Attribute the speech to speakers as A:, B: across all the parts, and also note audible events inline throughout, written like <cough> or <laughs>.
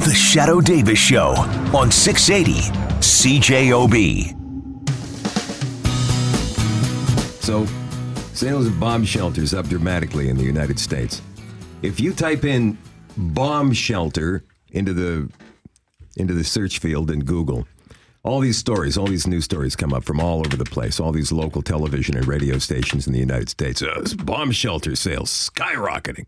A: The Shadow Davis Show on 680 CJOB.
B: So, sales of bomb shelters up dramatically in the United States. If you type in bomb shelter into the into the search field in Google, all these stories, all these news stories come up from all over the place, all these local television and radio stations in the United States. Uh, bomb shelter sales skyrocketing.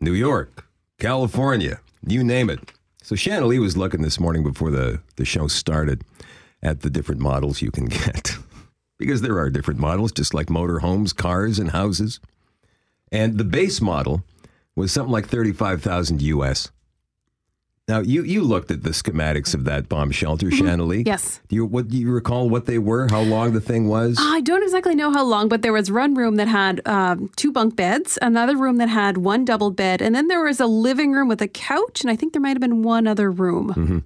B: New York, California, you name it. So Shannon Lee was looking this morning before the, the show started at the different models you can <laughs> get. because there are different models, just like motor homes, cars, and houses. And the base model was something like 35,000 US. Now, you, you looked at the schematics of that bomb shelter, Shannon Lee.
C: Yes. Uh,
B: Do you, what, do you recall what they were, how long the thing was?
C: I don't exactly know how long, but there was one room that had um, two bunk beds, another room that had one double bed, and then there was a living room with a couch, and I think there might have been one other room.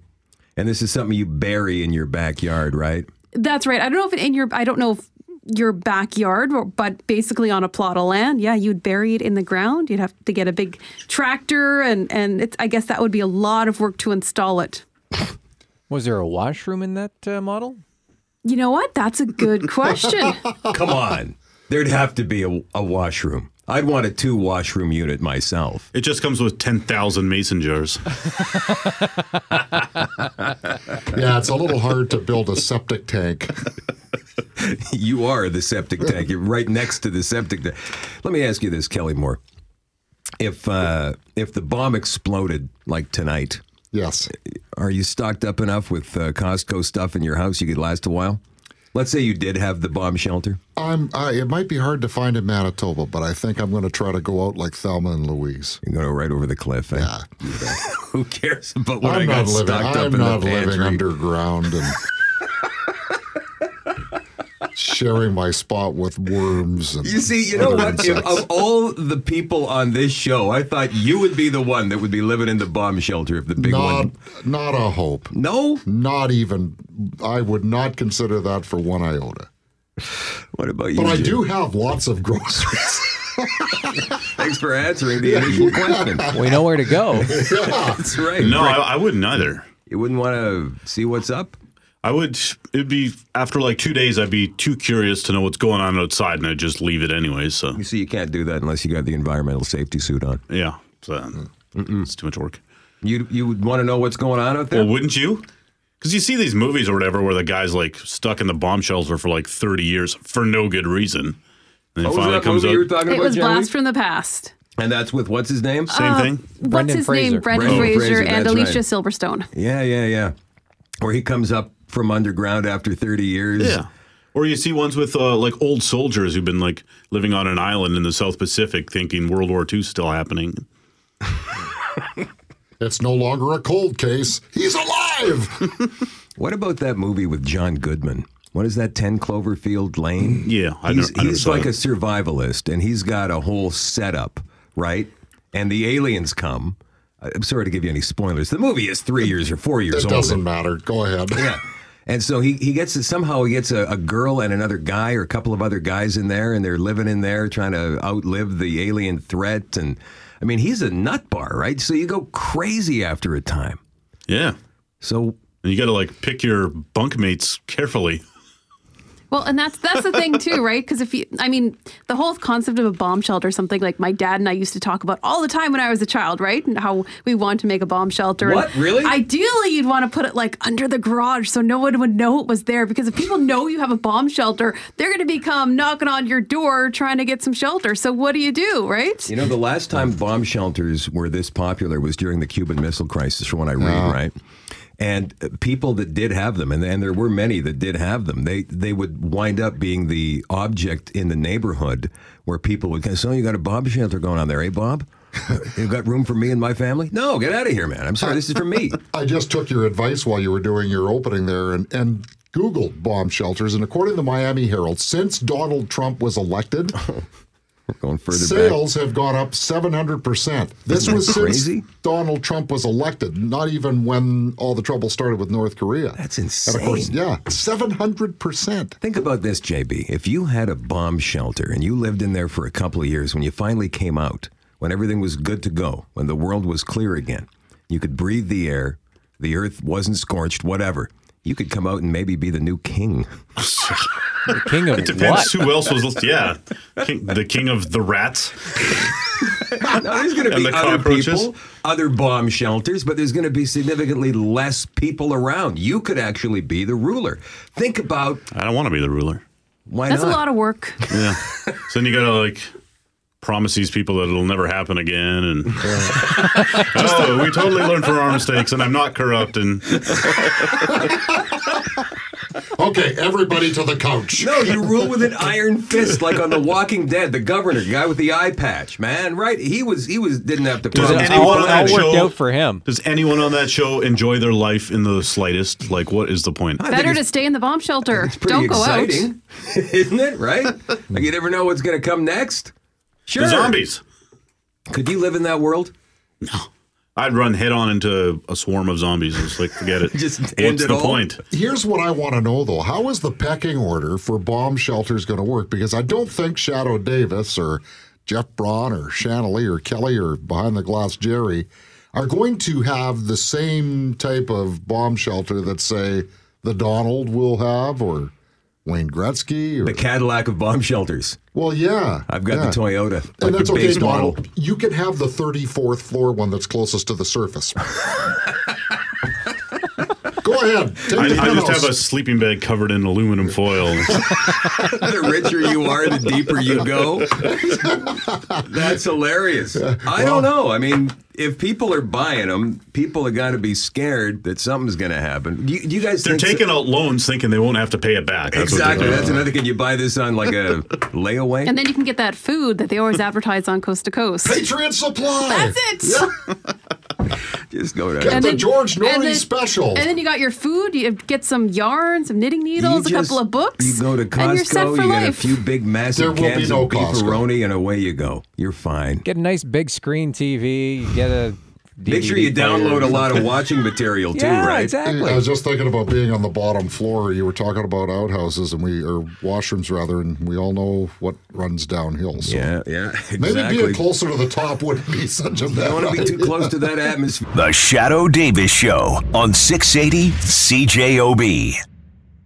B: And this is something you bury in your backyard, right?
C: That's right. I don't know if it in your I don't know if your backyard, or- but basically on a plot of land, yeah, you'd bury it in the ground. You'd have to get a big tractor, and and it's, I guess that would be a lot of work to install it.
D: Was there a washroom in that uh, model?
C: You know what? That's a good question.
B: Come on. There'd have to be a, a washroom. I'd want a two washroom unit myself. <laughs>
E: It just comes with 10,000 mason jars.
F: Yeah, it's a little hard to build a septic tank.
B: you are the septic tank. You're right next to the septic tank. Let me ask you this, Kelly Moore. If uh, if the bomb exploded like tonight,
F: Yes.
B: are you stocked up enough with uh, Costco stuff in your house you could last a while? Let's say you did have the bomb shelter.
F: I'm, I, it might be hard to find in Manitoba, but I think I'm going to try to go out like Thelma and Louise.
B: You're going to right over the cliff. eh?
F: Yeah.
B: <laughs> Who cares about what
F: I'm
B: I got
F: not living,
B: stocked up
F: I'm
B: in
F: not
B: the pantry?
F: living underground and sharing my spot with worms. And
B: You see, you know
F: other
B: what? If,
F: insects.
B: of all the people on this show, I thought you would be the one that would be living in the bomb shelter if the big
F: not,
B: one.
F: not a hope.
B: No?
F: Not even, I would not consider that for one iota.
B: What about you?
F: But I
B: Jim?
F: do have lots of groceries. <laughs>
B: Thanks for answering the initial question.
D: We know where to
E: <laughs>
D: go.
B: That's right.
E: No,
B: Right.
E: I, I wouldn't either.
B: you wouldn't want to see what's up.
E: I would, it'd be, after like two days, I'd be too curious to know what's going on outside and I'd just leave it anyway. So,
B: You see, you can't do that unless you got the environmental safety suit on.
E: yeah. So, it's too much work.
B: You you would want to know what's going on out there.
E: Well, wouldn't you? Because you see these movies or whatever where the guy's like stuck in the bomb shelter for like 30 years for no good reason. And then
B: what was
E: finally
B: that
E: comes
B: movie
E: out.
B: you were talking
C: it
B: about,
C: was
B: Jen Lee?
C: blast Uh, from the past.
B: And that's with what's his name?
E: Same thing.
C: What's
D: Brendan
C: his
D: Fraser.
C: name? Brendan,
B: Brendan
C: Fraser,
B: Fraser,
C: and
B: that's
C: Alicia
B: right.
C: Silverstone.
B: Yeah, yeah, yeah. Where he comes up from underground after 30 years.
E: Yeah. Or you see ones with uh, like old soldiers who've been like living on an island in the South Pacific thinking World War II's still happening.
F: it's no longer a cold case. He's alive.
B: What about that movie with John Goodman? What is that, 10 Cloverfield Lane?
E: Mm, Yeah, I
B: he's,
E: never- I never
B: he's
E: saw
B: like
E: it.
B: a survivalist, and he's got a whole setup, right? And the aliens come. I'm sorry to give you any spoilers. The movie is three years or four years
F: It
B: old.
F: doesn't matter. Go ahead.
B: Yeah. And so he, he gets somehow he gets a, a girl and another guy or a couple of other guys in there and they're living in there trying to outlive the alien threat and I mean he's a nut bar, right? So you go crazy after a time.
E: Yeah.
B: So
E: And you got to like pick your bunkmates carefully.
C: Well, and that's that's the thing too, right? Because if you, I mean, the whole concept of a bomb shelter, is something like my dad and I used to talk about all the time when I was a child, right? And how we want to make a bomb shelter. And
B: What? Really?
C: Ideally, you'd want to put it like under the garage so no one would know it was there. Because if people know you have a bomb shelter, they're going to become knocking on your door trying to get some shelter. So what do you do, right?
B: You know, the last time bomb shelters were this popular was during the Cuban Missile Crisis, from what I read, right? And uh, people that did have them, and, and there were many that did have them, they they would wind up being the object in the neighborhood where people would go, "So you got a bomb shelter going on there, eh, Bob? you got room for me and my family? No, get out of here, man. I'm sorry, this is for me."
F: I just took your advice while you were doing your opening there and, and Googled bomb shelters. And according to the Miami Herald, since Donald Trump
B: <laughs>
F: was elected,
B: We're going
F: <laughs>
B: further back.
F: sales have gone up 700%. This
B: Isn't
F: was
B: that
F: since
B: crazy?
F: Donald Trump was elected, not even when all the trouble started with North Korea.
B: That's
F: And of course,
B: insane.
F: yeah, 700%.
B: Think about this, JB. If you had a bomb shelter and you lived in there for a couple of years, when you finally came out, when everything was good to go, when the world was clear again, you could breathe the air, the earth wasn't scorched, whatever. You could come out and maybe be the new king. <laughs>
D: The king of what?
E: Depends who else was. Yeah, king, the king of the rats.
B: Now, there's going to
E: And
B: be
E: the
B: other
E: cockroaches.
B: people, other bomb shelters, but there's going to be significantly less people around. You could actually be the ruler. Think about
E: I don't want to be the ruler.
B: why
C: That's a
B: not?
C: lot
B: <laughs>
C: of work.
E: Yeah. so then you gotta like promise these people that it'll never happen again,
B: <laughs>
E: and <laughs> oh, we totally learned from our mistakes, and I'm not corrupt, and
F: Okay, everybody to the couch.
B: no, you rule with an iron fist, like on The Walking Dead, the governor, the guy with the eye patch, man. Right? He was he was didn't have to.
E: Does
B: promise
D: It all,
E: anyone
B: people
E: on that
D: all worked
E: show-
D: out for him.
E: does anyone on that show enjoy their life in the slightest? Like, what is the point?
B: think
C: Better to
B: it's-
C: stay in the bomb shelter.
B: It's pretty
C: Don't go out.
B: exciting, <laughs> isn't it? Right? Like you never know what's going to come next. Sure.
E: The zombies.
B: Could you live in that world?
E: I'd run head on into a swarm of zombies. It's like, forget it.
B: <laughs> Just
E: What's
B: end it
E: the
B: all.
E: point?
F: Here's what I want to know though. How is the pecking order for bomb shelters going to work? Because I don't think Shadow Davis or Jeff Braun or Shanley or Kelly or Behind the Glass Jerry are going to have the same type of bomb shelter that, say, the Donald will have or Wayne Gretzky or.
B: The Cadillac of bomb shelters.
F: well, yeah.
B: I've got
F: yeah.
B: the Toyota, like
F: And that's
B: the
F: okay,
B: base model.
F: Donald. You can have the 34th floor one that's closest to
B: <laughs>
F: the surface. Go ahead. Take
E: I, I
F: the
E: just
F: penthouse.
E: have a sleeping bag covered in
B: <laughs>
E: aluminum foil.
B: the richer you are, the deeper you go. That's hilarious. I don't know. I mean, if people are buying them, people have got to be scared that something's going to happen. Do you, do you guys
E: They're
B: think so-
E: taking out loans thinking they won't have to pay it back. That's what
B: exactly.
E: they're doing.
B: That's another thing. You buy this on like a layaway.
C: And then you can get that food that they always advertise on Coast to Coast.
F: Patriot Supply.
C: That's it.
B: Just go
F: Get
B: to.
C: And
F: the
C: then-
F: George
C: and
F: Norrie
C: then-
F: special.
C: And then you got your food. You get some yarn, some knitting needles,
B: You
C: a
B: just-
C: couple of books.
B: You go to
C: and you're set
B: Costco.
C: for
B: You get a
C: life.
B: few big,
F: There
B: massive
F: will be
B: cans
F: no
B: of
F: Costco.
B: beefaroni, and away you go. You're fine.
D: Get a nice big screen TV. You get a. DVD
B: Make sure you
D: player.
B: download a lot of watching material too,
D: Yeah,
B: right?
F: I
D: exactly.
F: was just thinking about being on the bottom floor. You were talking about outhouses and we or washrooms rather, and we all know what runs downhill. So
B: Yeah, yeah.
F: maybe
B: exactly.
F: being closer to the top wouldn't be such a
B: You
F: bad
B: don't want to be
F: idea.
B: too close to that atmosphere.
A: The Shadow Davis Show on 680 CJOB.